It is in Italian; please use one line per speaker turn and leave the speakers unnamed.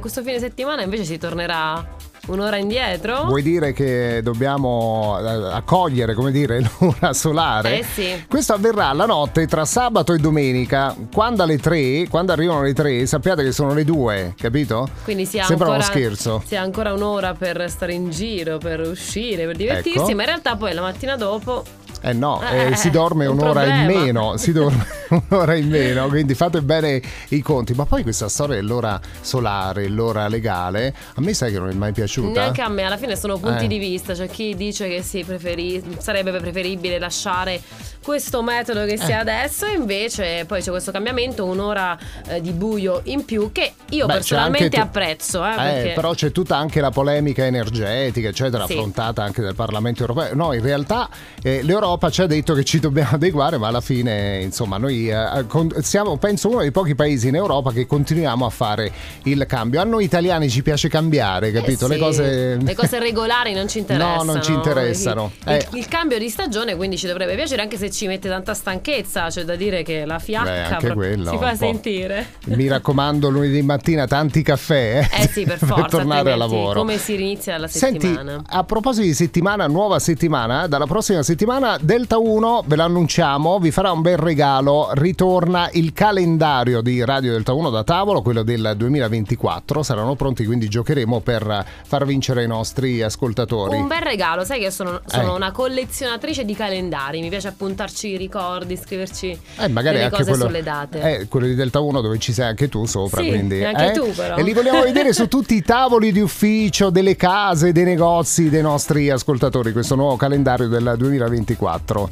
Questo fine settimana invece si tornerà un'ora indietro.
Vuoi dire che dobbiamo eh, accogliere, come dire, l'ora solare?
Eh sì.
Questo avverrà la notte tra sabato e domenica. Quando alle 3, quando arrivano le 3, sappiate che sono le 2, capito?
Quindi si ha
Sembra
ancora,
uno scherzo.
Si ha ancora un'ora per stare in giro, per uscire, per divertirsi,
Ecco.
ma in realtà poi la mattina dopo
Eh no, eh,
Eh,
si dorme
un
un'ora in
problema.
meno, si dorme un'ora in meno, quindi fate bene i conti. Ma poi questa storia dell'ora solare, l'ora legale, a me sai che non è mai piaciuta.
neanche a me, alla fine sono punti
Eh.
di vista, cioè chi dice che si preferi- sarebbe preferibile lasciare questo metodo che
Eh.
si ha adesso, invece poi c'è questo cambiamento, un'ora eh, di buio in più che io
Beh, c'è anche
personalmente
tu-
apprezzo. Eh,
Eh,
perché-
però c'è tutta anche la polemica energetica, eccetera,
Sì.
affrontata anche dal Parlamento europeo. No, in realtà eh, l'Europa ci ha detto che ci dobbiamo adeguare, ma alla fine, insomma, noi eh, con- siamo, penso, uno dei pochi paesi in Europa che continuiamo a fare il cambio. A noi italiani ci piace cambiare,
Eh
capito?
sì,
Le cose...
le cose regolari non ci interessano. eh.
No, non ci interessano.
Il,
Eh.
il cambio di stagione quindi ci dovrebbe piacere anche se ci mette tanta stanchezza, c'è da dire che la fiacca
Beh, anche
proprio
quello,
si
un
fa
po'.
sentire.
Mi raccomando, lunedì mattina tanti caffè.
Eh sì, per forza,
tornare al
altrimenti
lavoro.
come si inizia la
Senti,
settimana?
a proposito di settimana, nuova settimana, dalla prossima settimana Delta 1, ve l'annunciamo, vi farà un bel regalo, ritorna il calendario di Radio Delta 1 da tavolo, quello del 2024, saranno pronti quindi giocheremo per far vincere i nostri ascoltatori.
Un bel regalo, sai che io sono, sono
Eh.
una collezionatrice di calendari, mi piace appuntarci i ricordi, scriverci
Eh, magari
delle
anche
cose
quello,
sulle date.
Eh, quello di Delta 1 dove ci sei anche tu sopra.
Sì,
quindi,
e anche
eh?
tu, però.
E li vogliamo vedere su tutti i tavoli di ufficio, delle case, dei negozi, dei nostri ascoltatori, questo nuovo calendario del 2024.